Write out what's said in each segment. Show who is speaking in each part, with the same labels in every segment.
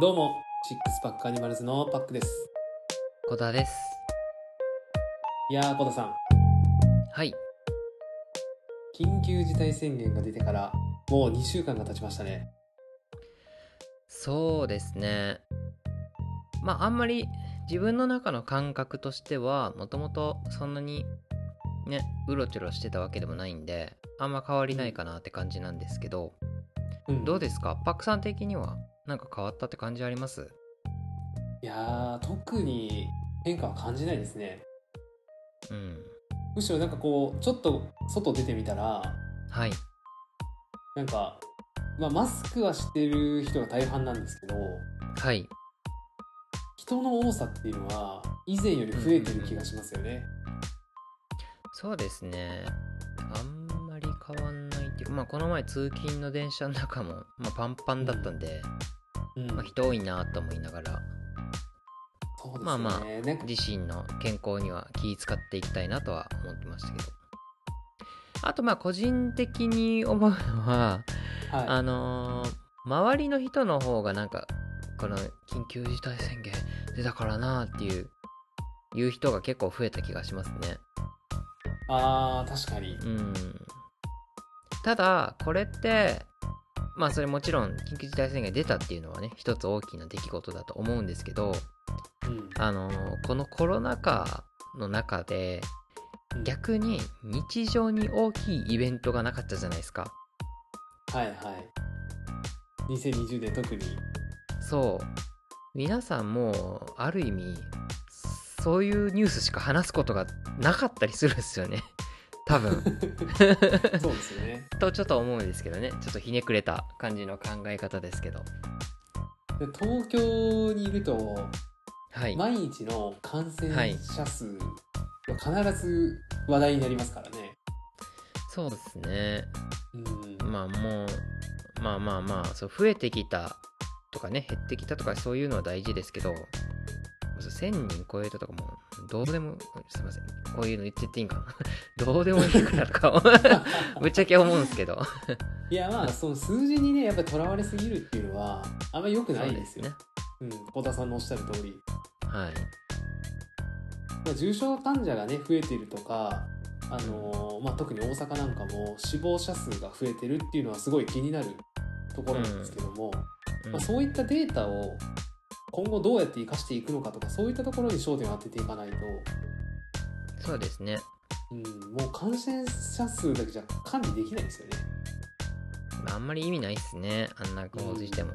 Speaker 1: どうも、シックスパックアニマルズのパックです。
Speaker 2: 小田です。
Speaker 1: いやー、コタさん、
Speaker 2: はい。
Speaker 1: 緊急事態宣言が出てから、もう2週間が経ちましたね。
Speaker 2: そうですね。まあ、あんまり自分の中の感覚としては、もともとそんなにね、うろちょろしてたわけでもないんで、あんま変わりないかなって感じなんですけど、
Speaker 1: うん
Speaker 2: どうですかパックさん的には、なんか変わったって感じあります
Speaker 1: いやー、特に変化は感じないですね。
Speaker 2: うん。
Speaker 1: むしろなんかこう、ちょっと外出てみたら、
Speaker 2: はい。
Speaker 1: なんか、まあ、マスクはしてる人が大半なんですけど、
Speaker 2: はい。
Speaker 1: 人の多さっていうのは、以前より増えてる気がしますよね。
Speaker 2: そうですね。あんまり変わんないっていうか、まあ、この前通勤の電車の中も、まあ、パンパンだったんで、
Speaker 1: うん、
Speaker 2: まあ、人多いなと思いながら、
Speaker 1: そうですよね。
Speaker 2: まあまあ
Speaker 1: なんか、
Speaker 2: 自身の健康には気使っていきたいなとは思ってましたけどあとまあ個人的に思うのは、
Speaker 1: は
Speaker 2: あのー周りの人の方がなんかこの緊急事態宣言出たからなっていういう人が結構増えた気がしますね
Speaker 1: い。あー、確かに。
Speaker 2: うんただこれってまあそれもちろん緊急事態宣言出たっていうのはね一つ大きな出来事だと思うんですけど
Speaker 1: うん。
Speaker 2: あのこのコロナ禍の中で
Speaker 1: うん
Speaker 2: 逆に日常に大きいイベントがなかったじゃないですか
Speaker 1: はいはい。2020年特に。
Speaker 2: そう皆さんもうある意味そういうニュースしか話すことがなかったりするんですよね 多分
Speaker 1: そうですよね。
Speaker 2: とちょっと思うんですけどねちょっとひねくれた感じの考え方ですけど
Speaker 1: で東京にいると、
Speaker 2: はい
Speaker 1: 毎日の感染者数は必ず話題になりますからね。
Speaker 2: そうですね
Speaker 1: うん。
Speaker 2: まあもうまあまあまあそう増えてきたとかね減ってきたとかそういうのは大事ですけどそう1000人超えたとかもどうでもすいませんこういうの言っちゃっていいんかな どうでもいいからとか ぶっちゃけ思うんですけど
Speaker 1: いやまあ、その数字にね、やっぱりとらわれすぎるっていうのは、あんまり良くないですよ。
Speaker 2: そう
Speaker 1: うん。小田さんのおっしゃる通り。
Speaker 2: ですねはい
Speaker 1: まあ、重症患者がね、増えてるとか、あのーまあ、特に大阪なんかも死亡者数が増えてるっていうのはすごい気になるところなんですけども、
Speaker 2: うん
Speaker 1: まあ、そういったデータを今後どうやって生かしていくのかとかそういったところに焦点を当てていかないと、
Speaker 2: そうですね
Speaker 1: うん、もう感染者数だけじゃ管理できないですよね。
Speaker 2: まああんまり意味ないっすねあんな構図しても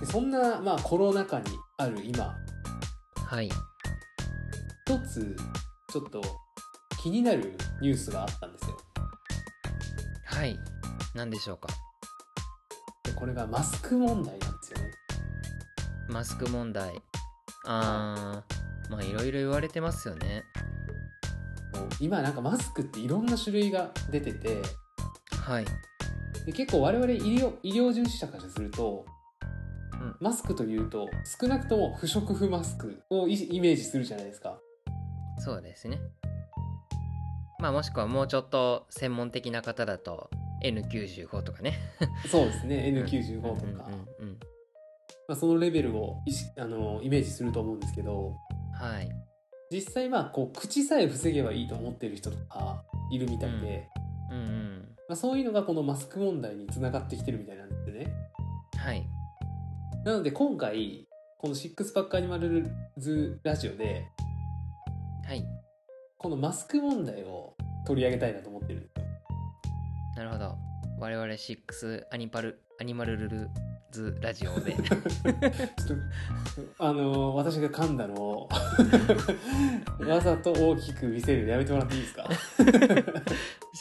Speaker 1: でそんな、まあ、コロナ禍にある今
Speaker 2: うんはい
Speaker 1: 一つちょっと気になるニュースがあったんですよ。
Speaker 2: はい何でしょうか
Speaker 1: でこれがマスク問題なんですよね。
Speaker 2: マスク問題あーまあいろいろ言われてますよね
Speaker 1: もう今なんかマスクっていろんな種類が出てて
Speaker 2: はい
Speaker 1: で結構我々医療医療従事者からすると、
Speaker 2: うん
Speaker 1: マスクというと少なくとも不織布マスクをイイメージするじゃないですか。
Speaker 2: そうですね。まあもしくはもうちょっと専門的な方だと N95 とかね。
Speaker 1: そうですね N95 とか、
Speaker 2: うんうんうん
Speaker 1: まあ、そのレベルを意識あのイメージすると思うんですけど
Speaker 2: はい。
Speaker 1: 実際まあこう口さえ防げばいいと思ってる人とかいるみたいで、
Speaker 2: うんうんうん。
Speaker 1: まあ、そういうのがこのマスク問題につながってきてるみたいなんですよね。
Speaker 2: はい。
Speaker 1: なので今回この「シックスパックアニマルズラジオ」で
Speaker 2: はい。
Speaker 1: このマスク問題を取り上げたいなと思ってるんですよ。
Speaker 2: なるほど。我々シックスアニパル、アニマルルルズラジオで。
Speaker 1: ちょっ とあのー私が噛んだのを わざと大きく見せるのやめてもらっていいです か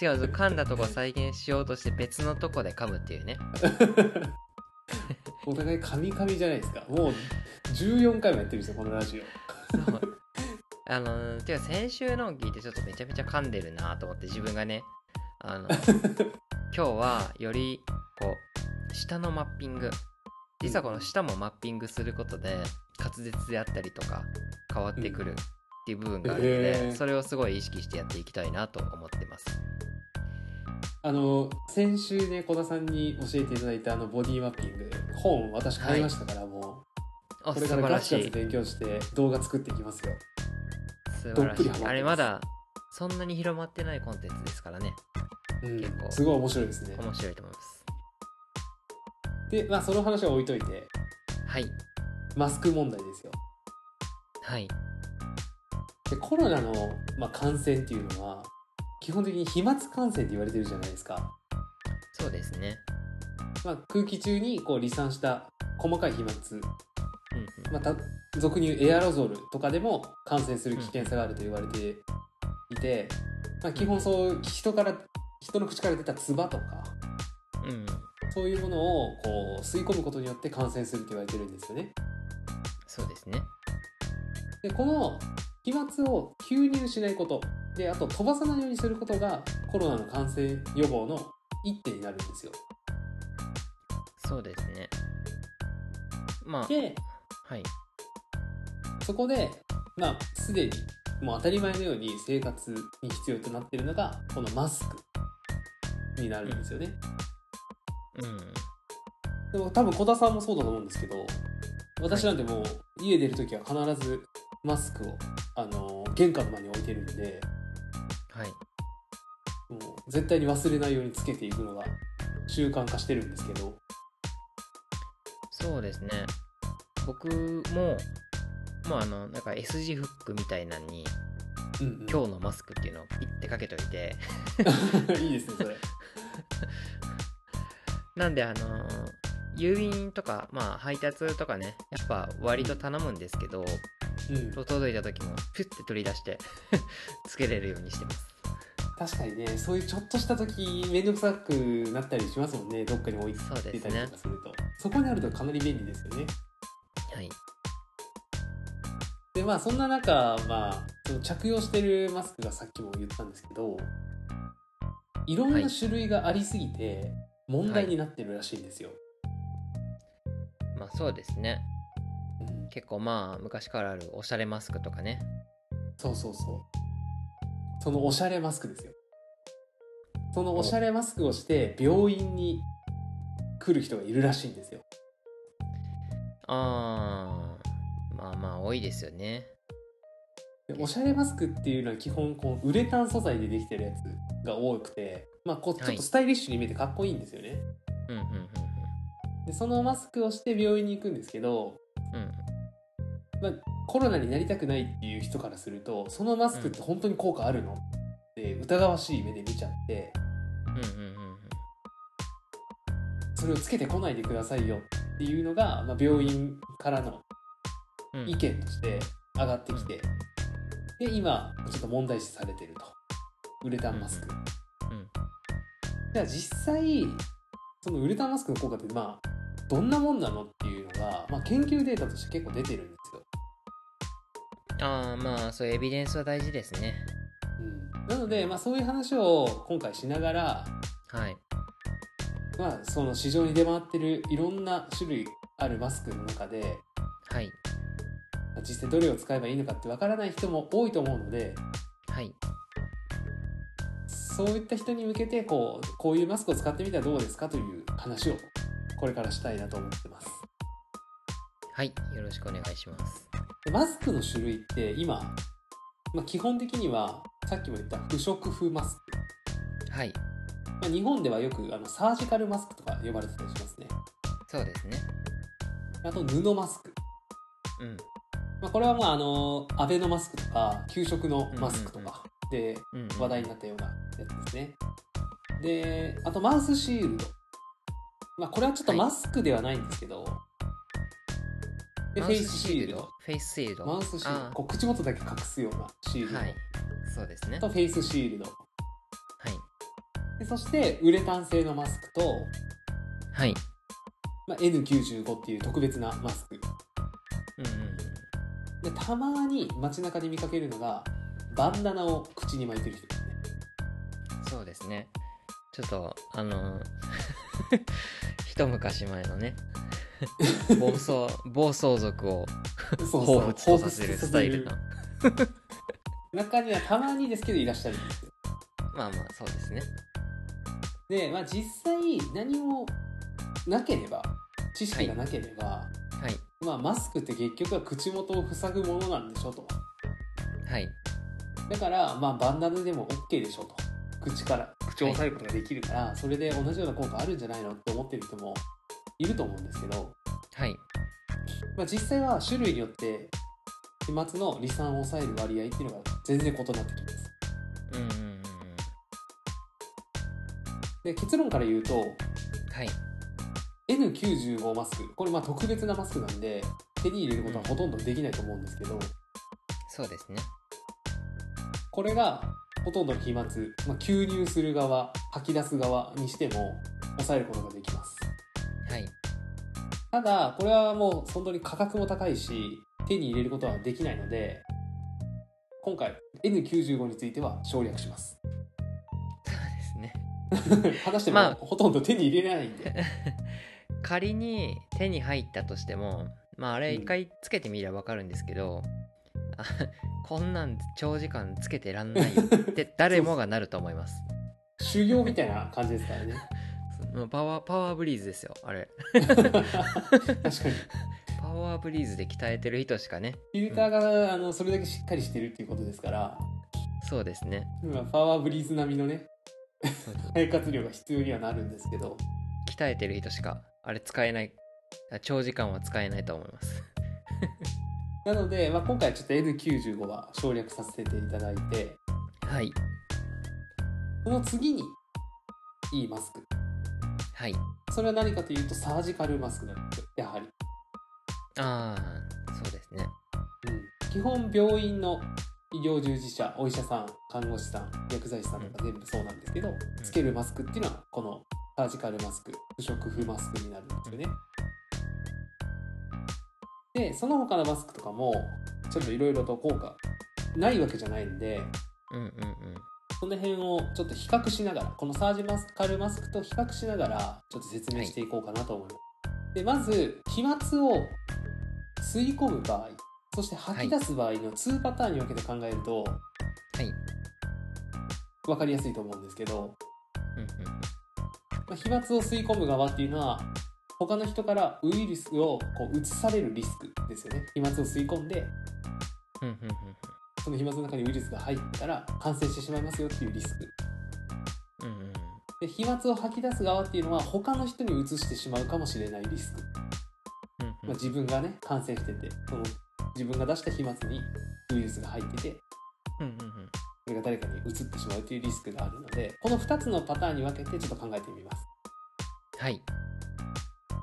Speaker 2: 違うぞ、噛んだとこ再現しようとして別のとこで噛むっていうね。
Speaker 1: お互い噛み噛みじゃないですかもう14回もやってるんですよこのラジオ
Speaker 2: そうあのてか先週の聞いてちょっとめちゃめちゃ噛んでるなと思って自分がね あの今日はよりこう下のマッピング実はこの下もマッピングすることで滑舌であったりとか変わってくるっていう部分があるので、
Speaker 1: へー
Speaker 2: それをすごい意識してやっていきたいなと思ってます
Speaker 1: あの先週ね小田さんに教えていただいたあのボディマッピング本私買いましたから、もうこ
Speaker 2: あ素
Speaker 1: れか
Speaker 2: 晴
Speaker 1: ら
Speaker 2: ら
Speaker 1: ガツ
Speaker 2: し
Speaker 1: ガツ
Speaker 2: い
Speaker 1: 勉強して動画作っていきますよ
Speaker 2: 素
Speaker 1: ど
Speaker 2: 晴
Speaker 1: っ
Speaker 2: ら
Speaker 1: ぷり
Speaker 2: しい
Speaker 1: ハマってます
Speaker 2: あれまだそんなに広まってないコンテンツですからね
Speaker 1: う
Speaker 2: 結構
Speaker 1: ん、すごい面白いですね
Speaker 2: 面白いと思います
Speaker 1: でまあその話は置いといて
Speaker 2: はい
Speaker 1: マスク問題ですよ
Speaker 2: はい
Speaker 1: でコロナの、まあ、感染っていうのは基本的に飛沫感染って言われてるじゃないですか、
Speaker 2: そうですね
Speaker 1: まあ、空気中にこう離散した細かい飛沫、
Speaker 2: うんうん
Speaker 1: まあた俗に言うエアロゾルとかでも感染する危険性があると言われていて、まあ、基本そう人から人の口から出た唾とか
Speaker 2: うん
Speaker 1: そういうものをこう吸い込むことによって感染すると言われてるんですよね。
Speaker 2: そうですね
Speaker 1: でこの飛沫を吸入しないことであと飛ばさないようにすることがコロナの感染予防の一手になるんですよ。
Speaker 2: そうですねま
Speaker 1: で
Speaker 2: あはい
Speaker 1: そこでまあすでにもう当たり前のように生活に必要となっているのがこのマスクになるんですよね。
Speaker 2: うん
Speaker 1: でも多分小田さんもそうだと思うんですけど私なんてもう家出る時は必ずマスクをあの玄関の前に置いてるんで
Speaker 2: はい
Speaker 1: もう絶対に忘れないようにつけていくのが習慣化してるんですけど。
Speaker 2: そうですね僕ももうあのなんか S 字フックみたいなのに
Speaker 1: うんうん
Speaker 2: 今日のマスクっていうのをピッてかけといて
Speaker 1: いいですねそれ。
Speaker 2: なんであのー郵便とか、まあ、配達とかねやっぱ割と頼むんですけど
Speaker 1: うん、
Speaker 2: 届いた時もピュッて取り出して つけれるようにしてます
Speaker 1: 確かにねそういうちょっとした時面倒くさくなったりしますもんねどっかに置い
Speaker 2: そう
Speaker 1: て
Speaker 2: で
Speaker 1: た
Speaker 2: す
Speaker 1: り
Speaker 2: ね
Speaker 1: とかするとそこにあるとかなり便利ですよね。
Speaker 2: はい
Speaker 1: でまあそんな中、まあ、その着用してるマスクがさっきも言ったんですけどいろんな種類がありすぎて問題になってるらしいんですよ。
Speaker 2: まあそうですね
Speaker 1: うん
Speaker 2: 結構まあ昔からあるおしゃれマスクとかね
Speaker 1: そうそうそうそのおしゃれマスクですよ。そのおしゃれマスクをして病院に来る人がいるらしいんですよ。
Speaker 2: あーまあまあ多いですよね
Speaker 1: でおしゃれマスクっていうのは基本こうウレタン素材でできてるやつが多くて、まあ、こうちょっとスタイリッシュに見えてかっこいいんですよね、
Speaker 2: うんうん
Speaker 1: でそのマスクをして病院に行くんですけど
Speaker 2: うんうん
Speaker 1: コロナになりたくないっていう人からするとそのマスクって本当に効果あるのって疑わしい目で見ちゃって
Speaker 2: うんうんうんうん
Speaker 1: それをつけてこないでくださいよっていうのが、まあ、病院からの
Speaker 2: うん
Speaker 1: 意見として上がってきてで今ちょっと問題視されてるとウレタンマスク。
Speaker 2: うん
Speaker 1: じゃあ実際そのウレタンマスクの効果ってまあどんなもんなのっていうのが、まあ、研究データとして結構出てるんですよ。
Speaker 2: ああまあそういうエビデンスは大事ですね
Speaker 1: うん、なので、まあ、そういう話を今回しながら、
Speaker 2: はい
Speaker 1: まあ、その市場に出回ってるいろんな種類あるマスクの中で
Speaker 2: はい
Speaker 1: まあ実際どれを使えばいいのかってわからない人も多いと思うので
Speaker 2: はい
Speaker 1: そういった人に向けてこうこういうマスクを使ってみたらどうですかという話をこれからしたいなと思ってます。
Speaker 2: はいよろしくお願いします
Speaker 1: でマスクの種類って今、まあ、基本的にはさっきも言った不織布マスク、
Speaker 2: はい
Speaker 1: まあ、日本ではよくあのサージカルマスクとか呼ばれてたりしますね
Speaker 2: そうですね
Speaker 1: あと布マスク、
Speaker 2: うん
Speaker 1: まあ、これはまああのアベノマスクとか給食のマスクとかで
Speaker 2: うん
Speaker 1: 話題になったようなやつですねであとマウスシールド、まあ、これはちょっと
Speaker 2: はい
Speaker 1: マスクではないんですけど、で
Speaker 2: マ
Speaker 1: フェ
Speaker 2: ウ
Speaker 1: イ
Speaker 2: ス
Speaker 1: スシールド
Speaker 2: フェイスシールド
Speaker 1: マウスシール
Speaker 2: あ
Speaker 1: ドこう口元だけ隠すようなシール
Speaker 2: ー
Speaker 1: ド、
Speaker 2: はいそうですね
Speaker 1: とフェイスシールド
Speaker 2: はい
Speaker 1: でそしてウレタン製のマスクと、
Speaker 2: はい
Speaker 1: まあ、N95 っていう特別なマスク
Speaker 2: うんうん
Speaker 1: でたまに街中で見かけるのがバンダナを口に巻いてる人ですね
Speaker 2: そうですねちょっとあのー 一昔前の ね暴走暴走族を
Speaker 1: そうそう
Speaker 2: 彷彿とさせるスタイルの
Speaker 1: 彷彿とさせる中にはたまにですけどいらっしゃるんですよ
Speaker 2: まあまあそうですね
Speaker 1: で、まあ、実際何もなければ知識がなければ、
Speaker 2: はい
Speaker 1: まあ、マスクって結局は口元を塞ぐものなんでしょと
Speaker 2: はい
Speaker 1: だから、まあ、バンダナでも OK でしょと口から口を押さえることができるから、それで同じような効果あるんじゃないのって思ってる人もいると思うんですけど、
Speaker 2: はい
Speaker 1: まあ、実際は種類によって飛沫の離散を抑える割合っていうのが全然異なってきます。
Speaker 2: うんうんうん
Speaker 1: で結論から言うと
Speaker 2: うんはい
Speaker 1: N95 マスクこれまあ特別なマスクなんで手に入れることはほとんどできないと思うんですけど
Speaker 2: そうですね
Speaker 1: これがほとんどの飛沫、まあ、吸入する側吐き出す側にしても抑えることができます
Speaker 2: はい
Speaker 1: ただこれはもう本当に価格も高いし手に入れることはできないので今回 N95 については省略します
Speaker 2: そうですね
Speaker 1: 話して
Speaker 2: まあ
Speaker 1: もほとんど手に入れれないんで、
Speaker 2: 仮に手に入ったとしてもまああれ一回つけてみればわかるんですけど、あこんなん長時間つけてらんない よって誰もがなると思います
Speaker 1: 修行みたいな感じですからね
Speaker 2: もうパワーパワーブリーズですよあれ
Speaker 1: 確かに
Speaker 2: パワーブリーズで鍛えてる人しかね
Speaker 1: フィルターがあのそれだけしっかりしてるっていうことですから
Speaker 2: そうですね
Speaker 1: まあパワーブリーズ並みのね
Speaker 2: そうです
Speaker 1: 肺活量が必要にはなるんですけど
Speaker 2: 鍛えてる人しかあれ使えないあ長時間は使えないと思います
Speaker 1: なので、まあ、今回ちょっと N95 は省略させていただいて
Speaker 2: はい
Speaker 1: その次にいいマスク
Speaker 2: はい
Speaker 1: それは何かというとサージカルマスクなんですよやはり、
Speaker 2: ああそうですね
Speaker 1: うん、基本病院の医療従事者お医者さん看護師さん薬剤師さんとか全部そうなんですけど、つけるマスクっていうのはこのサージカルマスク不織布マスクになるんですよね、でその他のマスクとかもちょっといろいろと効果ないわけじゃないんで
Speaker 2: うんうん
Speaker 1: その辺をちょっと比較しながらこのサージマスカルマスクと比較しながらちょっと説明していこうかなと思います。でまず飛沫を吸い込む場合そして吐き出す場合の2パターンに分けて考えると
Speaker 2: はい
Speaker 1: 分かりやすいと思うんですけど、
Speaker 2: うんうん
Speaker 1: まあ、飛沫を吸い込む側っていうのは他の人からウイルスをこう移されるリスクですよね。飛沫を吸い込んで
Speaker 2: うんうんうん
Speaker 1: その飛沫の中にウイルスが入ったら感染してしまいますよっていうリスク。
Speaker 2: うんうんうん
Speaker 1: で飛沫を吐き出す側っていうのは他の人に移してしまうかもしれないリスク、
Speaker 2: うん
Speaker 1: まあ、自分がね感染しててその自分が出した飛沫にウイルスが入ってて
Speaker 2: うんうんうん
Speaker 1: それが誰かに移ってしまうというリスクがあるのでこの2つのパターンに分けてちょっと考えてみます
Speaker 2: はい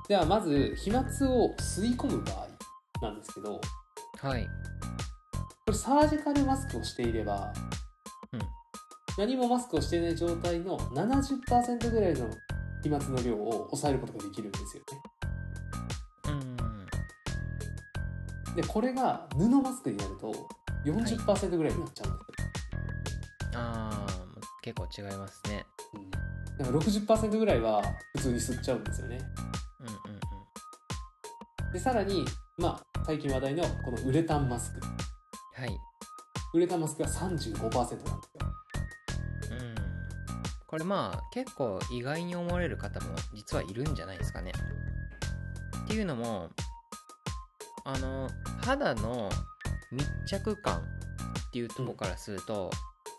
Speaker 1: ではまず飛沫を吸い込む場合なんですけどこ
Speaker 2: はい
Speaker 1: れサージカルマスクをしていれば、
Speaker 2: うん
Speaker 1: 何もマスクをしていない状態の70%ぐらいの飛沫の量を抑えることができるんですよね
Speaker 2: うんうんうん
Speaker 1: でこれが布マスクになると40%ぐらいになっちゃうんです
Speaker 2: ああ結構違いますね
Speaker 1: よ、だから60%ぐらいは普通に吸っちゃうんですよね
Speaker 2: うんうんうん
Speaker 1: でさらにまあ最近話題のこのウレタンマスク
Speaker 2: はい
Speaker 1: ウレタンマスクは35%なんですよ
Speaker 2: うんこれまあ結構意外に思われる方も実はいるんじゃないですかね。っていうのもあの肌の密着感っていうとこからすると、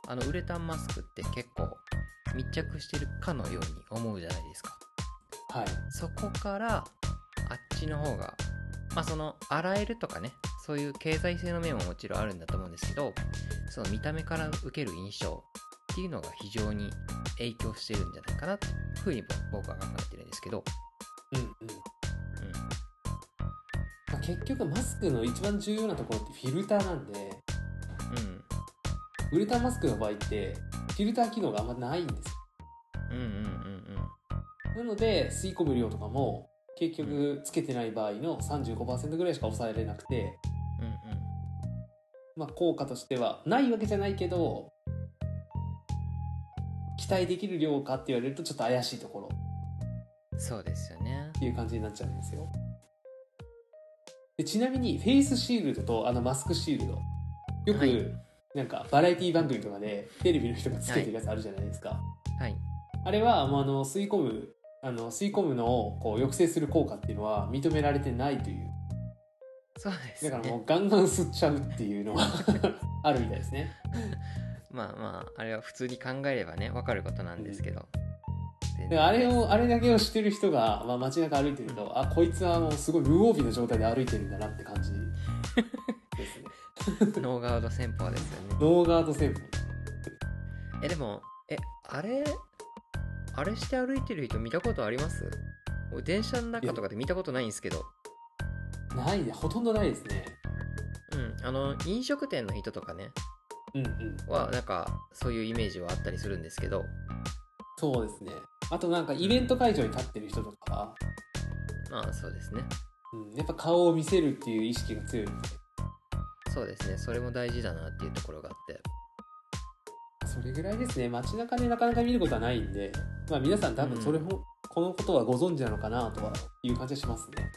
Speaker 2: あのウレタンマスクって結構密着してるかのように思うじゃないですか。
Speaker 1: はい
Speaker 2: そこからあっちの方がまあその洗えるとかねそういう経済性の面ももちろんあるんだと思うんですけどその見た目から受ける印象っていうのが非常に影響してるんじゃないかなっていうふうに僕は考えてるんですけど、
Speaker 1: うんうん、まあ、結局マスクの一番重要なところってフィルターなんで
Speaker 2: う
Speaker 1: ウレタンマスクの場合ってフィルター機能があんまないんですよ
Speaker 2: ん、うんうんうんうん
Speaker 1: なので吸い込む量とかも結局つけてない場合の35%ぐらいしか抑えれなくて
Speaker 2: うん
Speaker 1: まあ、効果としてはないわけじゃないけど期待できる量かって言われるとちょっと怪しいところ
Speaker 2: うんそうですよね
Speaker 1: っていう感じになっちゃうんですよでちなみにフェイスシールドとあのマスクシールドよ
Speaker 2: はい
Speaker 1: くなんかバラエティ番組とかでテレビの人がつけてるやつあるじゃないですか、
Speaker 2: はい
Speaker 1: あれはもうあの吸い込むあの吸い込むのをこう抑制する効果っていうのは認められてないという
Speaker 2: そうです
Speaker 1: だからもう
Speaker 2: ね
Speaker 1: ガンガン吸っちゃうっていう のはあるみたいですね。
Speaker 2: まあまああれは普通に考えればね分かることなんですけど、全
Speaker 1: で
Speaker 2: 然
Speaker 1: あれをあれだけをしてる人が、まあ、街中歩いてるとあこいつはもうすごい無防備な状態で歩いてるんだなって感じ ですね。
Speaker 2: ノーガード戦法ですよね
Speaker 1: ノーガード戦法
Speaker 2: えでもえあれあれして歩いてる人見たことあります俺電車の中とかで見たことないんですけど
Speaker 1: ないねほとんどないですね。
Speaker 2: うんあの飲食店の人とかね
Speaker 1: うんうん、
Speaker 2: はなんかそういうイメージはあったりするんですけど
Speaker 1: そうですね。あとなんかイベント会場に立ってる人とかは、
Speaker 2: まあそうですね
Speaker 1: うん、やっぱ顔を見せるっていう意識が強いみたい
Speaker 2: そうですねそれも大事だなっていうところがあって
Speaker 1: それぐらいですね街中でなかなか見ることはないんで、まあ、皆さん多分それも、このことはご存知なのかなとはいう感じがしますね。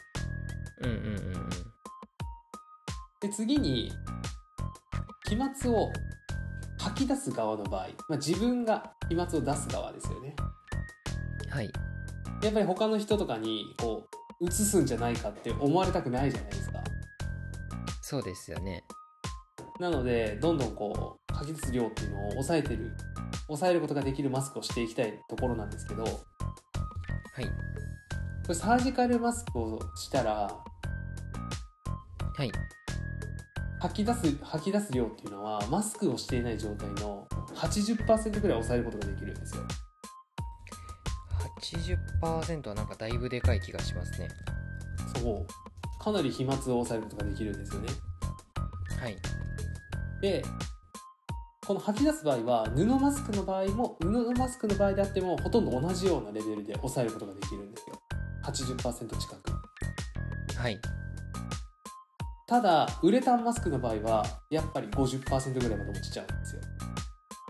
Speaker 2: うんうんうんうん
Speaker 1: で次に飛沫を吐き出す側の場合、まあ、自分が飛沫を出す側ですよね。
Speaker 2: はい
Speaker 1: やっぱり他の人とかにこう移すんじゃないかって思われたくないじゃないですか。
Speaker 2: そうですよね
Speaker 1: なのでどんどんこう吐き出す量っていうのを抑えてる抑えることができるマスクをしていきたいところなんですけどこ
Speaker 2: はい
Speaker 1: れサージカルマスクをしたら
Speaker 2: はい
Speaker 1: 吐き出す吐き出す量っていうのはマスクをしていない状態の80%ぐらい抑えることができるんですよ。
Speaker 2: 80%はなんかだいぶでかい気がしますね
Speaker 1: そうかなり飛沫を抑えることができるんですよね。
Speaker 2: はい
Speaker 1: でこの吐き出す場合は布マスクの場合も布のマスクの場合であってもほとんど同じようなレベルで抑えることができるんですよ80%近く
Speaker 2: はい
Speaker 1: ただウレタンマスクの場合はやっぱり50%ぐらいまで落ちちゃうんですよ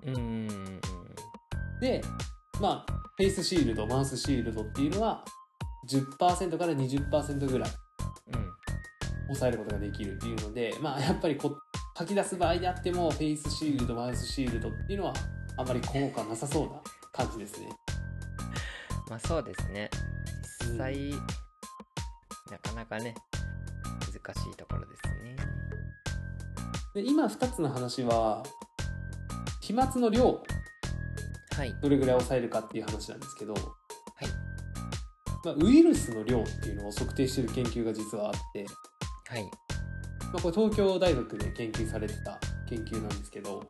Speaker 2: うんうんうんうん
Speaker 1: でまあフェイスシールドマウスシールドっていうのは10%から20%ぐらい
Speaker 2: うん
Speaker 1: 抑えることができるっていうのでまあやっぱりこ吐き出す場合であってもフェイスシールドマウスシールドっていうのはあんまり効果なさそうな感じですね
Speaker 2: まあそうですね実際、なかなかね難しいところですね
Speaker 1: で今2つの話は飛沫の量
Speaker 2: はい
Speaker 1: どれぐらい抑えるかっていう話なんですけど、まあ、ウイルスの量っていうのを測定してる研究が実はあって、
Speaker 2: はい
Speaker 1: まあ、これ東京大学で研究されてた研究なんですけど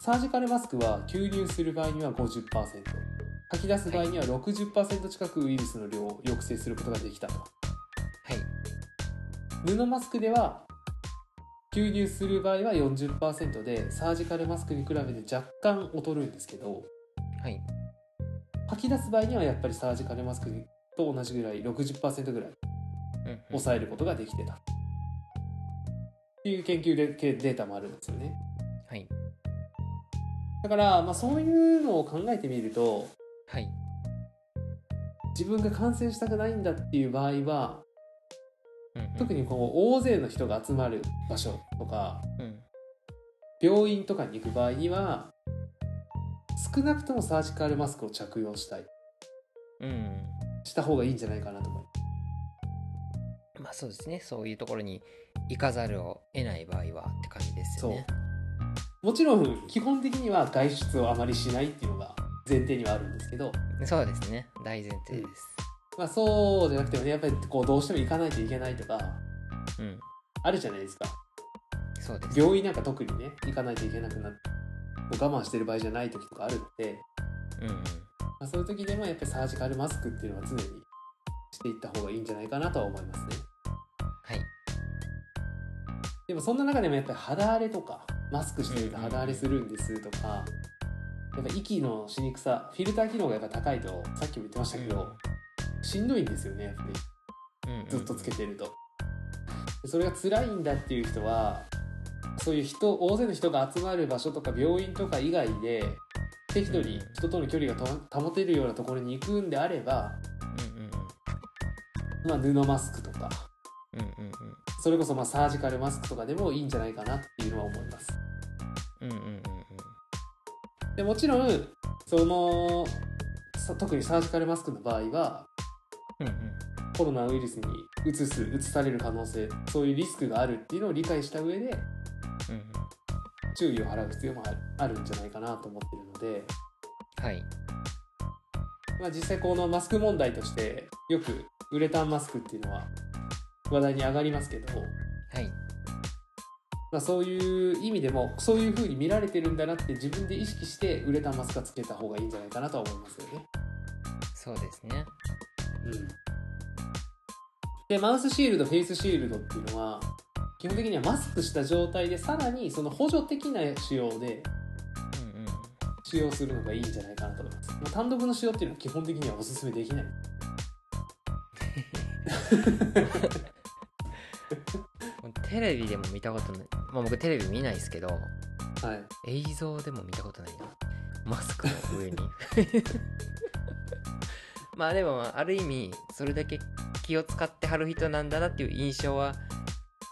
Speaker 1: サージカルマスクは吸入する場合には50%吐き出す場合には60%近くウイルスの量を抑制することができたと
Speaker 2: はい
Speaker 1: 布マスクでは吸入する場合は40%でサージカルマスクに比べて若干劣るんですけど
Speaker 2: はい
Speaker 1: 吐き出す場合にはやっぱりサージカルマスクと同じぐらい60%ぐらい
Speaker 2: うんうん
Speaker 1: 抑えることができてたっていう研究でけデータもあるんですよね
Speaker 2: はい
Speaker 1: だから、まあ、そういうのを考えてみると
Speaker 2: はい
Speaker 1: 自分が感染したくないんだっていう場合は
Speaker 2: うんうん
Speaker 1: 特にこう大勢の人が集まる場所とか
Speaker 2: うん
Speaker 1: 病院とかに行く場合には少なくともサージカルマスクを着用したい
Speaker 2: うん
Speaker 1: した方がいいんじゃないかなと思います
Speaker 2: まあそうですねそういうところに行かざるを得ない場合はって感じですよね
Speaker 1: もちろん基本的には外出をあまりしないっていうのが前提にはあるんですけど、
Speaker 2: そうですね大前提です
Speaker 1: まあ、そうじゃなくてもねやっぱりこうどうしても行かないといけないとか
Speaker 2: うん、
Speaker 1: あるじゃないですか
Speaker 2: そうです
Speaker 1: 病院なんか特にね行かないといけなくなってこう我慢してる場合じゃない時とかあるので、
Speaker 2: うんうん
Speaker 1: まあ、そういう時でもやっぱりサージカルマスクっていうのは常にしていった方がいいんじゃないかなとは思いますね
Speaker 2: はい
Speaker 1: でもそんな中でもやっぱり肌荒れとかマスクしてると肌荒れするんですとか、やっぱ息のしにくさフィルター機能がやっぱ高いとさっきも言ってましたけど、しんどいんですよねやっぱり
Speaker 2: うんうん
Speaker 1: ずっとつけてると。でそれが辛いんだっていう人はそういう人大勢の人が集まる場所とか病院とか以外で適度に人との距離がと保てるようなところに行くんであれば、
Speaker 2: うんうん
Speaker 1: まあ、布マスクとか
Speaker 2: うんうんうんうん
Speaker 1: それこそまあサージカルマスクとかでもいいんじゃないかなっていうのは思います。
Speaker 2: うんうんうんうん
Speaker 1: でもちろんそのさ特にサージカルマスクの場合は
Speaker 2: うんうん
Speaker 1: コロナウイルスにうつすうつされる可能性そういうリスクがあるっていうのを理解した上で
Speaker 2: うんうん
Speaker 1: 注意を払う必要もあるあるんじゃないかなと思ってるので、
Speaker 2: はい
Speaker 1: まあ、実際このマスク問題としてよくウレタンマスクっていうのは話題に上がりますけど、
Speaker 2: はい
Speaker 1: まあ、そういう意味でもそういう風に見られてるんだなって自分で意識してウレタンマスクはつけた方がいいんじゃないかなとは思いますよね。
Speaker 2: そうですね
Speaker 1: うん、でマウスシールドフェイスシールドっていうのは基本的にはマスクした状態でさらにその補助的な仕様で
Speaker 2: うんうん
Speaker 1: 使用するのがいいんじゃないかなと思います。まあ、単独の使用っていうのは基本的にはおすすめできない。
Speaker 2: もうテレビでも見たことないまあ僕テレビ見ないですけど
Speaker 1: はい、
Speaker 2: 映像でも見たことないなマスクの 上にまあでもまあある意味それだけ気を使ってはる人なんだなっていう印象は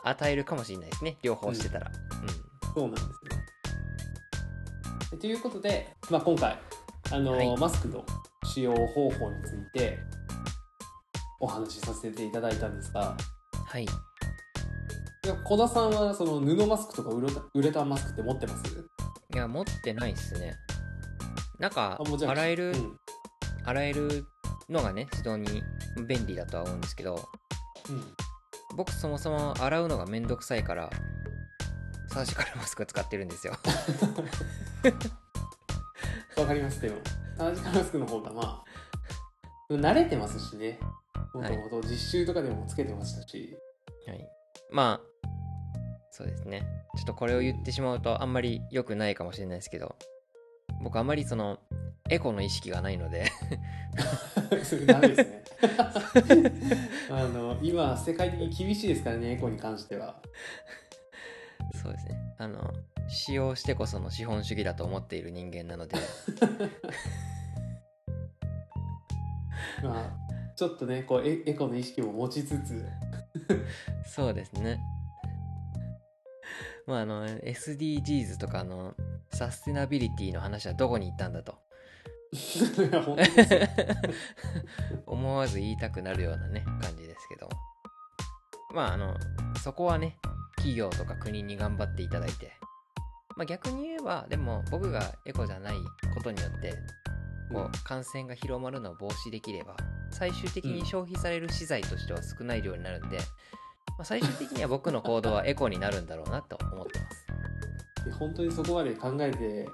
Speaker 2: 与えるかもしれないですね両方してたら、
Speaker 1: そうなんですね。でということで、まあ、今回あの、
Speaker 2: はい
Speaker 1: マスクの使用方法についてお話しさせていただいたんですが
Speaker 2: うん、はい
Speaker 1: いや小田さんはその布マスクとかウレタウレタンマスクって持ってます
Speaker 2: いや持ってないっすねなんか
Speaker 1: あもうじゃあ
Speaker 2: 洗える、
Speaker 1: うん
Speaker 2: 洗えるのがね非常に便利だとは思うんですけど
Speaker 1: うん
Speaker 2: 僕そもそも洗うのがめんどくさいからサージカルマスク使ってるんですよ
Speaker 1: わかりますでもサージカルマスクの方がまあ慣れてますしねもともと実習とかでもつけてましたし、
Speaker 2: はいまあそうですねちょっとこれを言ってしまうとあんまり良くないかもしれないですけど僕あんまりそのエコの意識がないので
Speaker 1: それダメですねあの今世界的に厳しいですからねエコに関しては
Speaker 2: そうですねあの使用してこその資本主義だと思っている人間なので
Speaker 1: まあちょっとねこうエエコの意識も持ちつつ
Speaker 2: そうですねまああの SDGs とかあのサステナビリティの話はどこに行ったんだと
Speaker 1: いや本当ですよ
Speaker 2: 思わず言いたくなるようなね感じですけどまああのそこはね企業とか国に頑張っていただいて、まあ、逆に言えばでも僕がエコじゃないことによってこう感染が広まるのを防止できれば最終的に消費される資材としては少ない量になるんで、まあ、最終的には僕の行動はエコになるんだろうなと思ってます。
Speaker 1: いや本当にそこまで考えて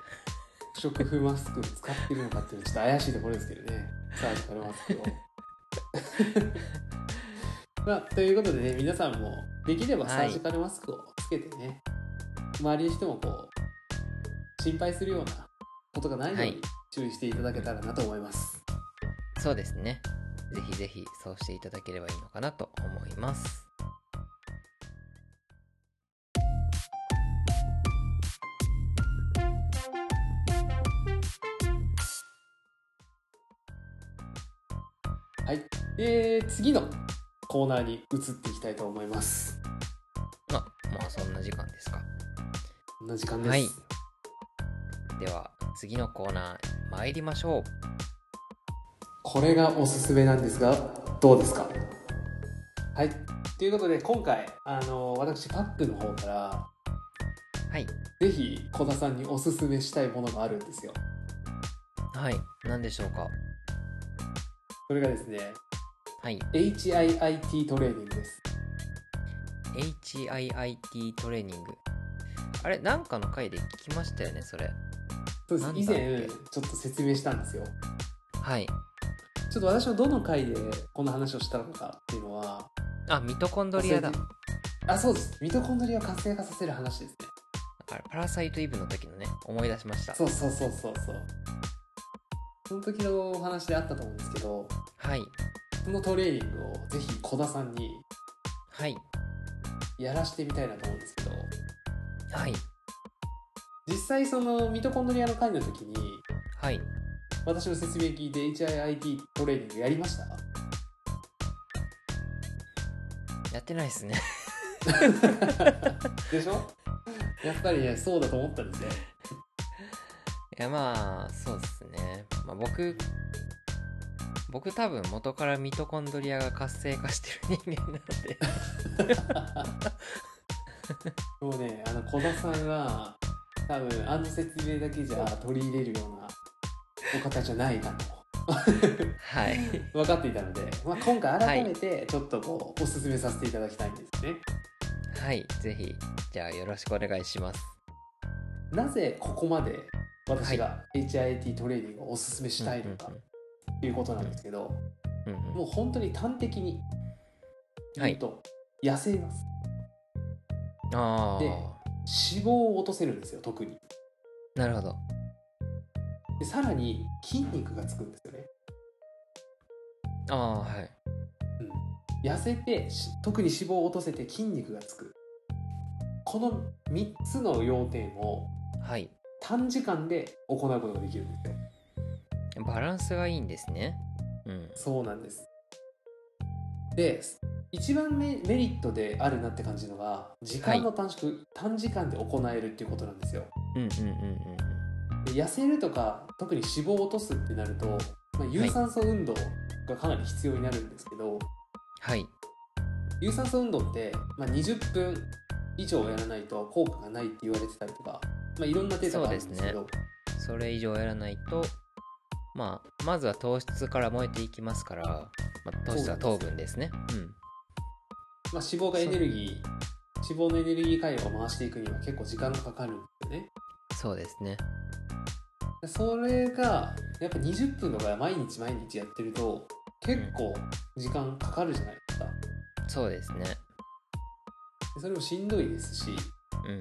Speaker 1: 不織布マスクを使ってるのかっていうのはちょっと怪しいところですけどねサージカルマスクを。 まあ、ということでね皆さんもできればサージカルマスクをつけてね、周りの人もこう心配するようなことがないよう
Speaker 2: は
Speaker 1: に
Speaker 2: い
Speaker 1: 注意していただけたらなと思います。
Speaker 2: そうですねぜひぜひそうしていただければいいのかなと思います
Speaker 1: えー次のコーナーに移っていきたいと思います。
Speaker 2: あまあそんな時間ですか
Speaker 1: こんな時間です。
Speaker 2: はいでは次のコーナー参りましょう
Speaker 1: これがおすすめなんですがどうですかはいということで今回あの私パックの方から
Speaker 2: はい
Speaker 1: ぜひ小田さんにおすすめしたいものがあるんですよ
Speaker 2: はい何でしょうか
Speaker 1: それがですね
Speaker 2: はい
Speaker 1: HIIT トレーニングです
Speaker 2: HIIT トレーニングあれなんかの回で聞きましたよねそれ
Speaker 1: そうです
Speaker 2: なんだ
Speaker 1: 以
Speaker 2: っけ
Speaker 1: 前ちょっと説明したんですよ
Speaker 2: はい
Speaker 1: ちょっと私はどの回でこの話をしたのかっていうのは
Speaker 2: あミトコンドリアだ
Speaker 1: 忘れてあそうですミトコンドリアを活性化させる話ですね
Speaker 2: あれパラサイトイブの時のね思い出しました
Speaker 1: そうそうそうそうそうその時のお話であったと思うんですけど
Speaker 2: はい
Speaker 1: そのトレーニングをぜひ小田さんに
Speaker 2: はい
Speaker 1: やらしてみたいなと思うんですけど
Speaker 2: はい
Speaker 1: 実際そのミトコンドリアの会の時に
Speaker 2: はい
Speaker 1: 私の説明聞いて HIIT トレーニングやりました
Speaker 2: やってないですね
Speaker 1: でしょやっぱりねそうだと思ったんですよ
Speaker 2: いやまあそうですね、まあ、僕僕多分元からミトコンドリアが活性化してる人間 なので
Speaker 1: もうねあの小田さんは多分あの説明だけじゃ取り入れるようなお方じゃないかと
Speaker 2: はい
Speaker 1: 分かっていたので、まあ、今回改めてちょっとこうおすすめさせていただきたいんですね。
Speaker 2: はいぜひじゃあよろしくお願いします
Speaker 1: なぜここまで私が HIT トレーニングをおすすめしたいのかということなんですけど、
Speaker 2: うんうん
Speaker 1: もう本当に端的に言
Speaker 2: は
Speaker 1: う
Speaker 2: い
Speaker 1: と痩せます
Speaker 2: あ
Speaker 1: 脂肪を落とせるんですよ特に
Speaker 2: あなるほど
Speaker 1: でさらに筋肉がつくんですよね、
Speaker 2: ああはい
Speaker 1: うん、痩せてし特に脂肪を落とせて筋肉がつくこの3つの要点を
Speaker 2: はい
Speaker 1: 短時間で行うことができるんですよ
Speaker 2: バランスがいいんですねうん
Speaker 1: そうなんです。で一番メメリットであるなって感じのが時間の短縮、短時間で行えるっていうことなんですよ。
Speaker 2: うんうんうん
Speaker 1: で痩せるとか特に脂肪を落とすってなると、まあ、有酸素運動がかなり必要になるんですけど、
Speaker 2: はい
Speaker 1: 有酸素運動って、まあ、20分以上やらないと効果がないって言われてたりとか、まあ、いろんなデータがあるんですけど
Speaker 2: それ以上やらないとまあまずは糖質から燃えていきますから、まあ、糖質は糖分ですね
Speaker 1: まあ、脂肪がエネルギー脂肪のエネルギー回路を回していくには結構時間がかかるんですよね。
Speaker 2: うんそうですね
Speaker 1: それがやっぱ20分とか毎日毎日やってると結構時間かかるじゃないですかで
Speaker 2: そうですね
Speaker 1: それもしんどいですし
Speaker 2: う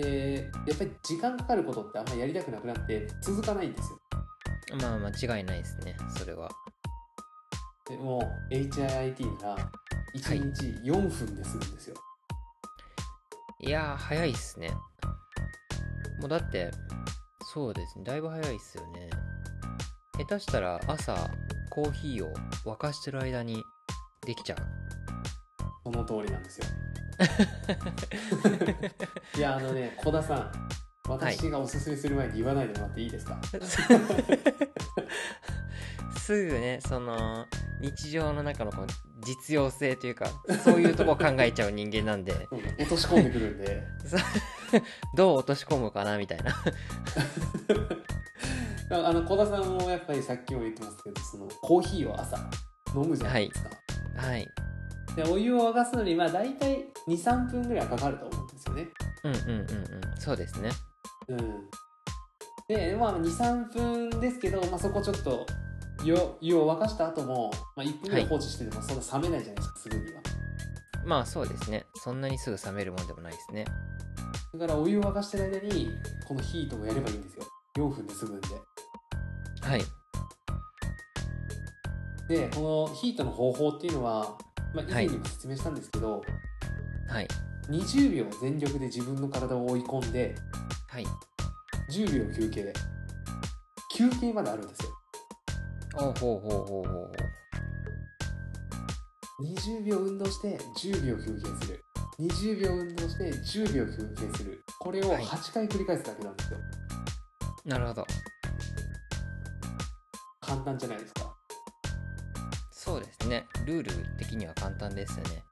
Speaker 2: ん
Speaker 1: でやっぱり時間かかることってあんまりやりたくなくなって続かないんですよ
Speaker 2: まあ間違いないですねそれは
Speaker 1: でもう HIIT なら1日4分でするんですよ、
Speaker 2: いやー早いっすねもうだってそうですねだいぶ早いっすよね下手したら朝コーヒーを沸かしてる間にできちゃう
Speaker 1: その通りなんですよ いやあのね小田さん私がおすすめする前に言わないでもらっていいですか、
Speaker 2: すぐねその日常の中のこの実用性というかそういうとこ考えちゃう人間なんで
Speaker 1: うん落とし込んでくるんで
Speaker 2: そうどう落とし込むかなみたいな
Speaker 1: だからあの小田さんもやっぱりさっきも言ってますけどそのコーヒーを朝飲むじゃないですか、
Speaker 2: はい
Speaker 1: でお湯を沸かすのにまあ大体23分ぐらいはかかると思うんですよね、
Speaker 2: うんうんうんうんそうですね
Speaker 1: うん、でまあ23分ですけど、まあ、そこちょっと湯を湯を沸かした後も、まあ、1分ぐらい放置しててもそんな冷めないじゃないですかすぐには
Speaker 2: まあそうですねそんなにすぐ冷めるもんでもないですね
Speaker 1: だからお湯を沸かしてる間にこのヒートをやればいいんですよ4分で済むんで
Speaker 2: はい
Speaker 1: でこのヒートの方法っていうのは、まあ、以前にも説明したんですけど、
Speaker 2: はい
Speaker 1: 20秒全力で自分の体を追い込んで
Speaker 2: はい
Speaker 1: 10秒休憩休憩まであるんですよ
Speaker 2: おうほうほうほうほうほ
Speaker 1: 20秒運動して10秒休憩する20秒運動して10秒休憩するこれを
Speaker 2: はい
Speaker 1: 8回繰り返すだけなんですよ
Speaker 2: うなるほど
Speaker 1: 簡単じゃないですか
Speaker 2: そうですねルール的には簡単ですよね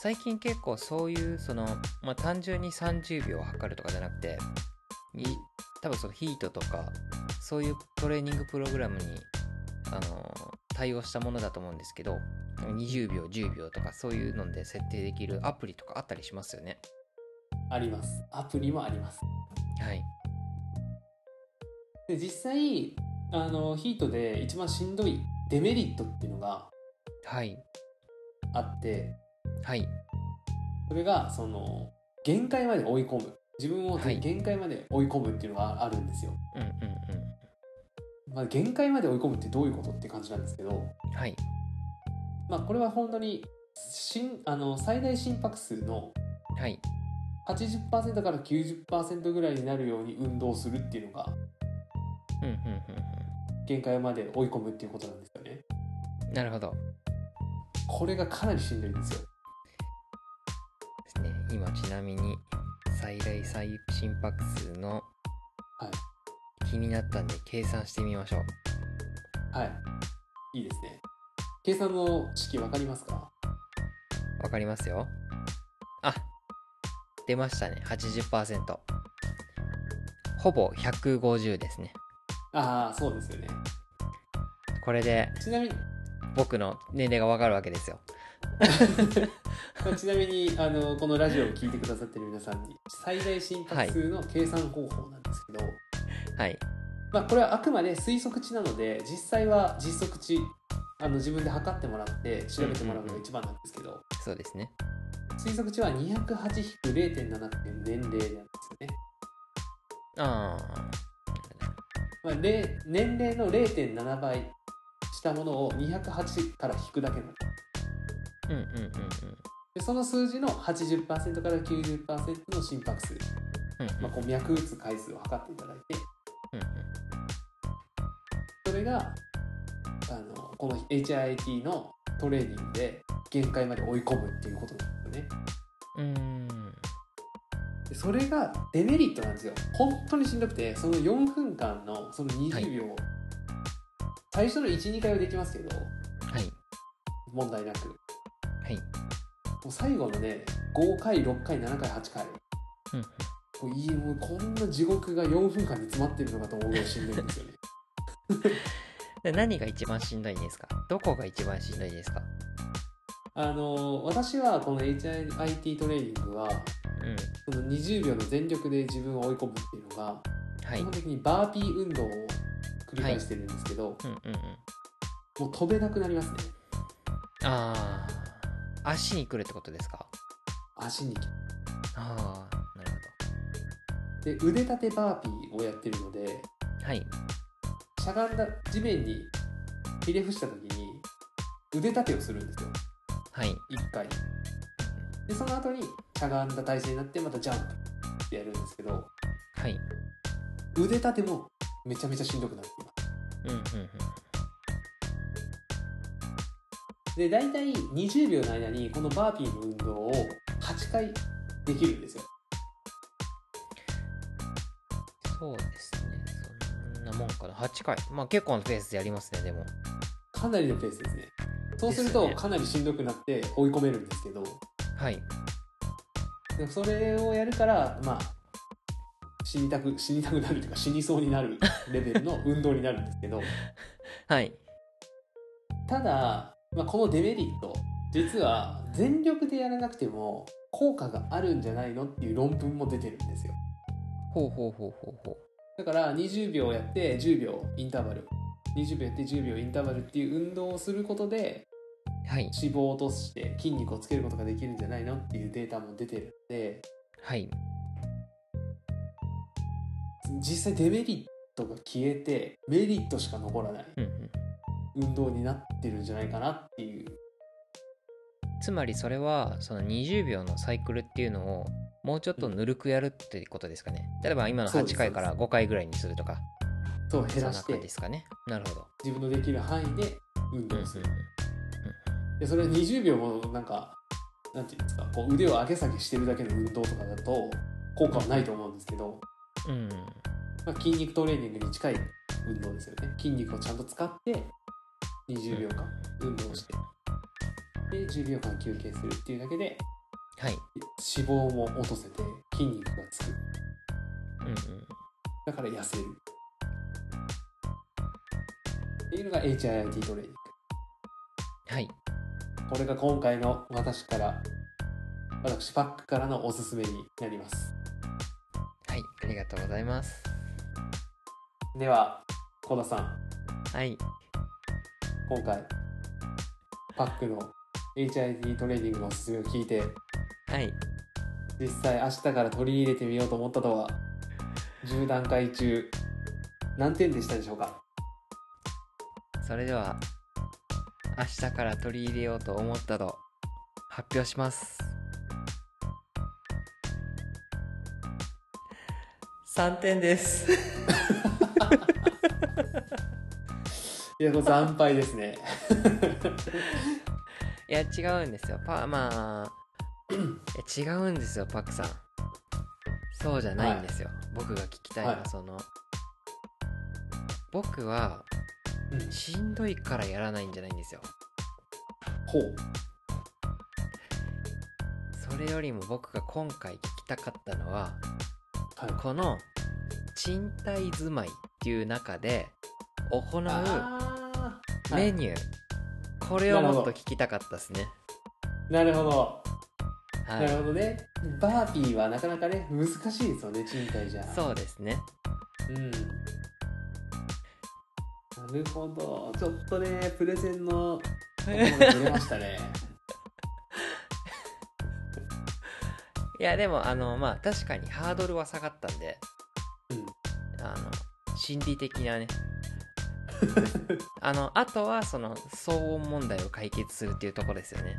Speaker 2: 最近結構そういうその、まあ、単純に30秒を測るとかじゃなくてい多分そのヒートとかそういうトレーニングプログラムにあの対応したものだと思うんですけど20秒10秒とかそういうので設定できるアプリとかあったりしますよね
Speaker 1: ありますアプリもあります
Speaker 2: はい
Speaker 1: で実際あのヒートで一番しんどいデメリットっていうのが
Speaker 2: はい
Speaker 1: あって
Speaker 2: はい
Speaker 1: それがその限界まで追い込む自分を
Speaker 2: はい
Speaker 1: 限界まで追い込むっていうのがあるんですよ、
Speaker 2: うんうんう
Speaker 1: まあ、限界まで追い込むってどういうことって感じなんですけど
Speaker 2: んはい
Speaker 1: まあ、これは本当に心あの最大心拍数の
Speaker 2: はい
Speaker 1: 80%から90%ぐらいになるように運動するっていうのが
Speaker 2: うんうんうん
Speaker 1: 限界まで追い込むっていうことなんですよね。
Speaker 2: うんなるほど
Speaker 1: これがかなりしんどいんですよ。
Speaker 2: ですね今ちなみに最大最心拍数の
Speaker 1: は
Speaker 2: 気になったんで計算してみましょう
Speaker 1: はい。いいですね。計算の式わかりますか
Speaker 2: わかりますよ。あ出ましたね。80%。ほぼ150ですね。
Speaker 1: ああ、そうですよね。
Speaker 2: これで
Speaker 1: ちなみに、
Speaker 2: 僕の年齢がわかるわけですよ。
Speaker 1: まあちなみにあのこのラジオを聞いてくださってる皆さんに最大心拍数の計算方法なんですけど、
Speaker 2: はい。
Speaker 1: まあ、これはあくまで推測値なので実際は実測値あの自分で測ってもらって調べてもらうのが一番なんですけど、
Speaker 2: そうですね。
Speaker 1: 推測値は208-0.7っていう年齢なんですよね、
Speaker 2: あ
Speaker 1: まあ、れ年齢の0.7倍したものを208から引くだけなの
Speaker 2: あ。うんうんうんうん。
Speaker 1: でその数字の80%から90%の心拍数、
Speaker 2: うんうん
Speaker 1: まあ、こう脈打つ回数を測っていただいて
Speaker 2: うん
Speaker 1: それがあのこの HIIT のトレーニングで限界まで追い込むっていうことなんですよね
Speaker 2: うん。うーん。
Speaker 1: でそれがデメリットなんですよ本当にしんどくてその4分間のその20秒、最初の12回はできますけど
Speaker 2: はい。
Speaker 1: 問題なくも
Speaker 2: はい。
Speaker 1: う最後のね5回6回7回8回
Speaker 2: うんうん。
Speaker 1: こういいもうこんな地獄が4分間に詰まってるのかと思うぐらいしんどいんです よね
Speaker 2: で何が一番しんどいんですかどこが一番しんどいですか
Speaker 1: あの私はこの HIIT トレーニングは
Speaker 2: うん。
Speaker 1: その20秒の全力で自分を追い込むっていうのが
Speaker 2: はい。
Speaker 1: 基
Speaker 2: うん
Speaker 1: 本的にバーピー運動を繰り返してるんですけど、
Speaker 2: うんうん。
Speaker 1: もう飛べなくなりますね
Speaker 2: ああ。足に来るってことですか
Speaker 1: 足に
Speaker 2: ああ。なる
Speaker 1: で腕立てバーピーをやってるので
Speaker 2: ほど。はい。
Speaker 1: しゃがんだ地面にひれ伏した時に腕立てをするんですよ
Speaker 2: はい。
Speaker 1: 1回でその後にしゃがんだ体勢になってまたジャンプってやるんですけど
Speaker 2: はい。
Speaker 1: 腕立てもめちゃめちゃしんどくなっていま
Speaker 2: うんうんうん。
Speaker 1: すで大体20秒の間にこのバーピーの運動を8回できるんですよ
Speaker 2: そうですね。そんなもんかな。8回。まあ結構のペースでやりますね、でも。
Speaker 1: かなりのペースですねそうする
Speaker 2: で
Speaker 1: と
Speaker 2: すね
Speaker 1: かなりしんどくなって追い込めるんですけど
Speaker 2: はい。
Speaker 1: でもそれをやるからまあ死にたく死にたくなるというか死にそうになるレベルの運動になるんですけど
Speaker 2: はい。
Speaker 1: ただ、まあ、このデメリット実は全力でやらなくても効果があるんじゃないのっていう論文も出てるんですよ
Speaker 2: ほうほうほうほうほ
Speaker 1: だから20秒やって10秒インターバル20秒やって10秒インターバルっていう運動をすることで
Speaker 2: う。はい。
Speaker 1: 脂肪を落として筋肉をつけることができるんじゃないのっていうデータも出てるので
Speaker 2: はい。
Speaker 1: 実際デメリットが消えてメリットしか残らない
Speaker 2: うんうん。
Speaker 1: 運動になってるんじゃないかなっていう
Speaker 2: つまりそれはその20秒のサイクルっていうのをもうちょっとぬるくやるってことですかね、例えば今の
Speaker 1: そうです
Speaker 2: 8回から5回ぐらいにするとか
Speaker 1: そう減
Speaker 2: そん
Speaker 1: ら
Speaker 2: な
Speaker 1: して
Speaker 2: 感じですかねなるほど
Speaker 1: 自分のできる範囲で運
Speaker 2: うんう
Speaker 1: 動
Speaker 2: ん
Speaker 1: するでそれは20秒もなんかなんていうんですかこう腕を上げ下げしてるだけの運動とかだと効果はないと思うんですけど、
Speaker 2: うんうん
Speaker 1: まあ、筋肉トレーニングに近い運動ですよね筋肉をちゃんと使って20秒間運動してで10秒間休憩するっていうだけで
Speaker 2: はい、
Speaker 1: 脂肪も落とせて筋肉がつく
Speaker 2: うんうん、
Speaker 1: だから痩せる。っていうのが HIIT トレーニング。
Speaker 2: はい
Speaker 1: これが今回の私から、私パックからのおすすめになります。
Speaker 2: はいありがとうございます
Speaker 1: では、小田さん、
Speaker 2: はい
Speaker 1: 今回、パックの HIIT トレーニングのおすすめを聞いて、
Speaker 2: はい
Speaker 1: 実際明日から取り入れてみようと思ったとは、10段階中、何点でしたでしょうか
Speaker 2: それでは明日から取り入れようと思ったと発表します3点です
Speaker 1: いや、これ惨敗ですね。
Speaker 2: いや違うんですよパまあいや違うんですよパクさんそうじゃないんですよ、僕が聞きたいのは
Speaker 1: はい
Speaker 2: その、僕は
Speaker 1: うん、
Speaker 2: しんどいからやらないんじゃないんですよ
Speaker 1: ほう
Speaker 2: それよりも僕が今回聞きたかったのは
Speaker 1: はい
Speaker 2: この賃貸住まいっていう中で行う
Speaker 1: あーは
Speaker 2: メ
Speaker 1: い
Speaker 2: ニュー、これをもっと聞きたかったですね
Speaker 1: なるほど、な
Speaker 2: は
Speaker 1: る
Speaker 2: い
Speaker 1: ほどねバービーはなかなかね難しいですよね賃貸じゃ
Speaker 2: そうですね
Speaker 1: うんなるほどちょっとねプレゼンのところがずれました ね
Speaker 2: いやでもあのまあ確かにハードルは下がったんで
Speaker 1: うん
Speaker 2: あの心理的 なねあのあとはその騒音問題を解決するっていうところですよね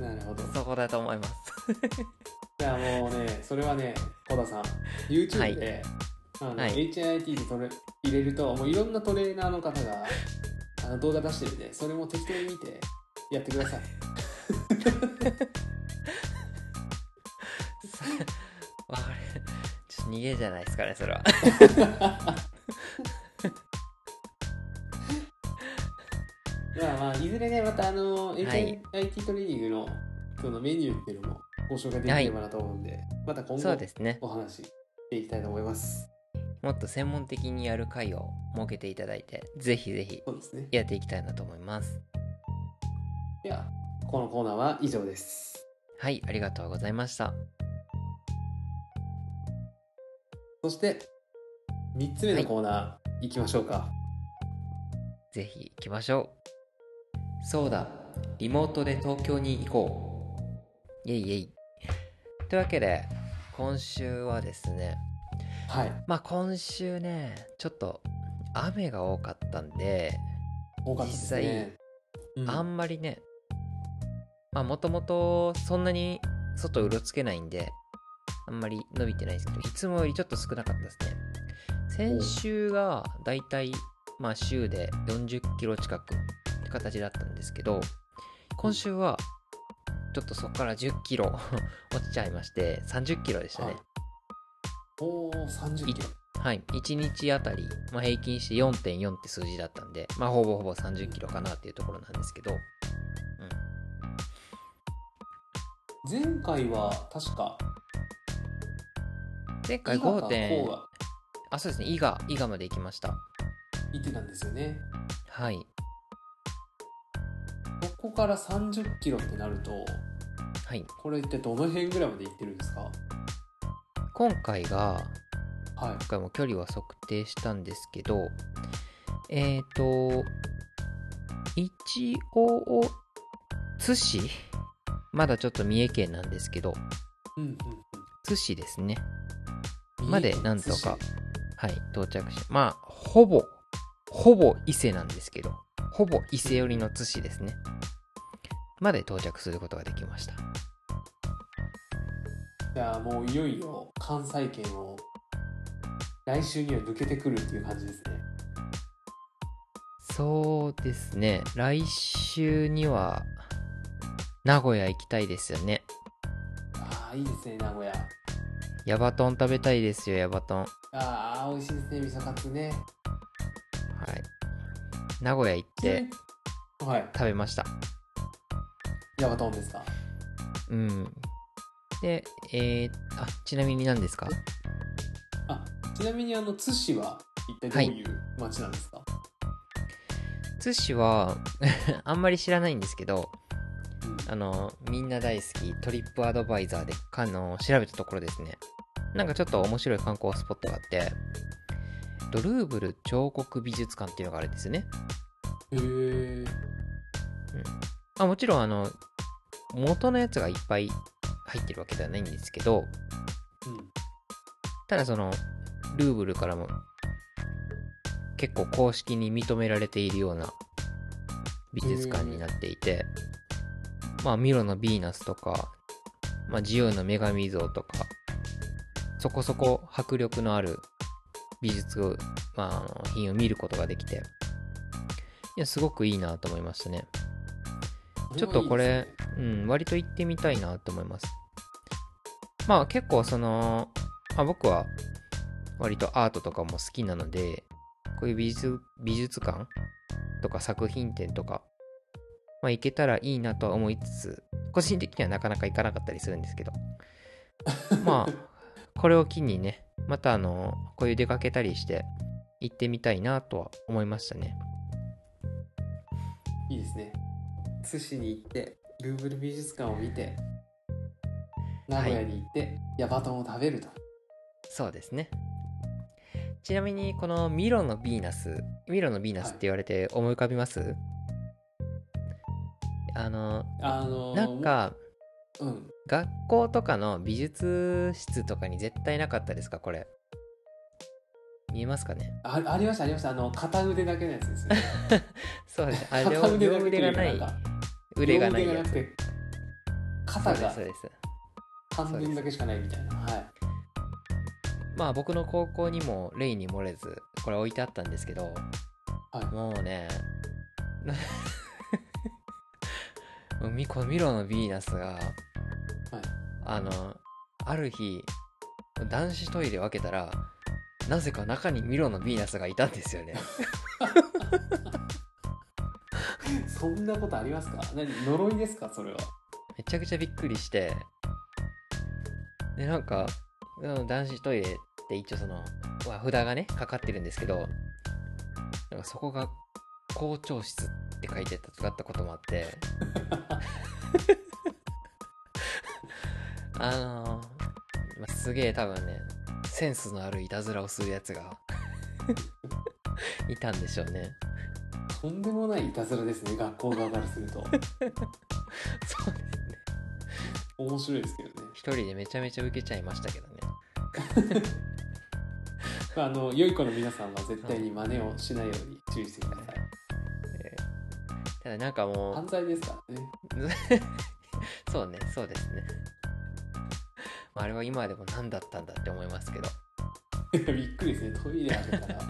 Speaker 1: なるほど
Speaker 2: そこだと思います
Speaker 1: いやもうねそれはね小田さん YouTube で、あの
Speaker 2: はい
Speaker 1: HIT でトレ入れるともういろんなトレーナーの方があの動画出してるんでそれも適当に見てやってください
Speaker 2: わかるちょっと逃げじゃないですかねそれは
Speaker 1: まあまあいずれねまたあの、
Speaker 2: はい
Speaker 1: HIT トレーニングのそのメニューっていうのもご紹介できればなと思うんで、また今
Speaker 2: そう
Speaker 1: 後
Speaker 2: ですね
Speaker 1: お話ししていきたいと思います
Speaker 2: もっと専門的にやる会を設けていただいてぜひぜひ
Speaker 1: そうですね
Speaker 2: やっていきたいなと思います
Speaker 1: ではこのコーナーは以上です
Speaker 2: はいありがとうございました
Speaker 1: そして3つ目のコーナーいきましょうか、
Speaker 2: ぜひ行きましょうそうだリモートで東京に行こうイエイイエイというわけで今週はですね
Speaker 1: はい
Speaker 2: まあ今週ねちょっと雨が多かったんで
Speaker 1: 多かったですねうん
Speaker 2: あんまりねまあもともとそんなに外うろつけないんであんまり伸びてないですけどいつもよりちょっと少なかったですね先週がだいたいまあ週で40キロ近くって形だったんですけど今週はちょっとそこから10キロ 落ちちゃいまして30キロでした
Speaker 1: は
Speaker 2: ね
Speaker 1: い、おお30キロ
Speaker 2: はい、1日あたり、まあ、平均して4.4って数字だったんで、まあ、ほぼほぼ30キロかなっていうところなんですけど
Speaker 1: 前回は確か
Speaker 2: 前回
Speaker 1: 伊賀か
Speaker 2: 5.4
Speaker 1: 甲が
Speaker 2: あ、そうですね。伊賀、伊賀まで行きました。
Speaker 1: 行ってたんですよね
Speaker 2: はい。
Speaker 1: ここから30キロってなると
Speaker 2: はい。
Speaker 1: これってどの辺ぐらいまで行ってるんですか
Speaker 2: 今回が、
Speaker 1: はい
Speaker 2: 今回も距離は測定したんですけど、えっ、と、一応、津市まだちょっと三重県なんですけど、
Speaker 1: うんうん
Speaker 2: 津市ですね。
Speaker 1: うん
Speaker 2: までなんとかはい、到着し、まあ、ほぼ、ほぼ伊勢なんですけど、ほぼ伊勢寄りの津市ですね。まで到着することができました。
Speaker 1: じゃあもういよいよ関西圏を来週には抜けてくるっていう感じですね
Speaker 2: そうですね。来週には、名古屋行きたいですよね。
Speaker 1: ああいいですね名古屋
Speaker 2: ヤバトン食べたいですよ、ヤバトン。は
Speaker 1: ああ美味しいですね味噌カツね
Speaker 2: い。名古屋行って
Speaker 1: はい
Speaker 2: 食べました。
Speaker 1: ヤバトンですか
Speaker 2: うん。で、えー、あ、ちなみに何ですか
Speaker 1: ちなみにあの津市は一体どういう町なんですか、
Speaker 2: 津市は、 あんまり知らないんですけど、
Speaker 1: うん
Speaker 2: あの、みんな大好きトリップアドバイザーで、あの、調べたところですね。なんかちょっと面白い観光スポットがあって、ドルーブル彫刻美術館っていうのがあるんですよね。
Speaker 1: へえ
Speaker 2: あもちろんあの元のやつがいっぱい入ってるわけではないんですけど
Speaker 1: うん
Speaker 2: ただそのルーブルからも結構公式に認められているような美術館になっていて、まあミロのヴィーナスとか、まあ、ジオの女神像とかそこそこ迫力のある美術を、まあ、あの品を見ることができていやすごくいいなと思いましたね。ちょっとこ
Speaker 1: はいい
Speaker 2: れ
Speaker 1: ですね、
Speaker 2: うん、割と行ってみたいなと思います。まあ結構その、まあ、僕は割とアートとかも好きなので、こういう美術美術館とか作品展とか、まあ、行けたらいいなとは思いつつ個人的にはなかなか行かなかったりするんです けどまあこれを機にねまたあのこういう出かけたりして行ってみたいなとは思いましたね
Speaker 1: いいですね津市に行ってルーブル美術館を見て名古屋に行ってヤバトンを食べると、
Speaker 2: そうですねちなみにこのミロのヴィーナスミロのヴィーナスって言われて思い浮かびます、あの
Speaker 1: あのー
Speaker 2: なんか
Speaker 1: うん
Speaker 2: 学校とかの美術室とかに絶対なかったですかこれ見えますか ね
Speaker 1: あありましたありましたあの片腕だけのやつですね
Speaker 2: そうですねあれ
Speaker 1: 片
Speaker 2: を
Speaker 1: 腕
Speaker 2: 両
Speaker 1: だけと
Speaker 2: 腕
Speaker 1: い
Speaker 2: が
Speaker 1: うかな
Speaker 2: な
Speaker 1: ん
Speaker 2: い
Speaker 1: か
Speaker 2: 腕がない
Speaker 1: 両腕
Speaker 2: や
Speaker 1: な
Speaker 2: つ
Speaker 1: くて
Speaker 2: そ
Speaker 1: 肩
Speaker 2: うです
Speaker 1: が
Speaker 2: そうです
Speaker 1: 半分だけしかないみたいなはい
Speaker 2: まあ僕の高校にも例に漏れずこれ置いてあったんですけど、
Speaker 1: はい
Speaker 2: もうね なもうみこのミロのヴィーナスが、あのある日男子トイレを開けたらなぜか中にミロのヴィーナスがいたんですよね
Speaker 1: そんなことありますか何呪いですかそれは
Speaker 2: めちゃくちゃびっくりしてでなんかうん男子トイレって一応そのまあ札がねかかってるんですけどなんかそこが校長室って書いてた使ったこともあってあのーまあすげえ多分ねセンスのあるいたずらをするやつがいたんでしょうね
Speaker 1: とんでもないいたずらですね学校側からする と
Speaker 2: そうですね
Speaker 1: 面白いですけどね
Speaker 2: 一人でめちゃめちゃ受けちゃいましたけどね
Speaker 1: あの良い子の皆さんは絶対に真似をしないように注意してください
Speaker 2: えーただなんかもう
Speaker 1: 犯罪ですからね
Speaker 2: そうね、そうですね。まああれは今でも何だったんだって思いますけど。
Speaker 1: い やびっくりですねトイレ開けたら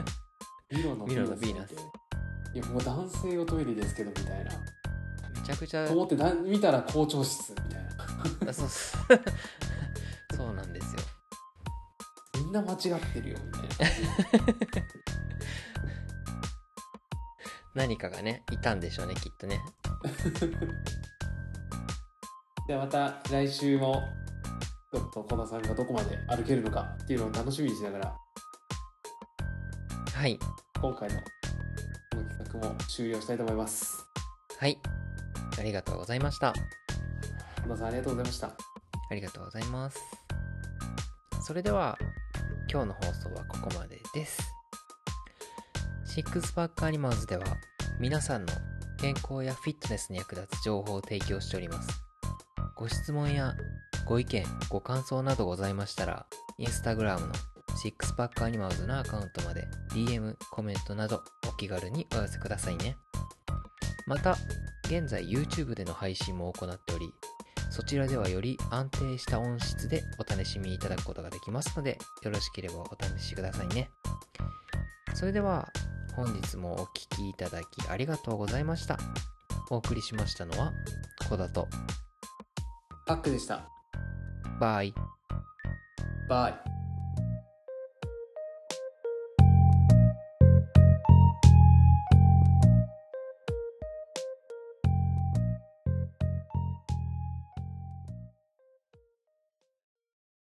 Speaker 1: ミロの
Speaker 2: ミロのヴィー
Speaker 1: 見
Speaker 2: ナス
Speaker 1: ていやもう男性用トイレですけどみたいな
Speaker 2: めちゃくちゃ、
Speaker 1: と思ってだ見たら校長室みたいな
Speaker 2: あそう そうなんですよ。
Speaker 1: みんな間違ってるよみたい な
Speaker 2: 何かがね、いたんでしょうね、きっとね。
Speaker 1: じゃあまた来週もちょっと小田さんがどこまで歩けるのかっていうのを楽しみにしながら
Speaker 2: はい、
Speaker 1: 今回のこの企画も終了したいと思います
Speaker 2: はい。ありがとうございました。
Speaker 1: 小田さんありがとうございました
Speaker 2: ありがとうございます。それでは、今日の放送はここまでです。シックスパックアニマルズでは、皆さんの健康やフィットネスに役立つ情報を提供しております。ご質問やご意見、ご感想などございましたら、インスタグラムのシックスパックアニマルズのアカウントまで DM、コメントなどお気軽にお寄せくださいね。また、現在 YouTube での配信も行っており、そちらではより安定した音質でお楽しみいただくことができますので、よろしければお試しくださいね。それでは、本日もお聴きいただきありがとうございました。お送りしましたのは、こだと、
Speaker 1: パックでした
Speaker 2: バイ。
Speaker 1: バイ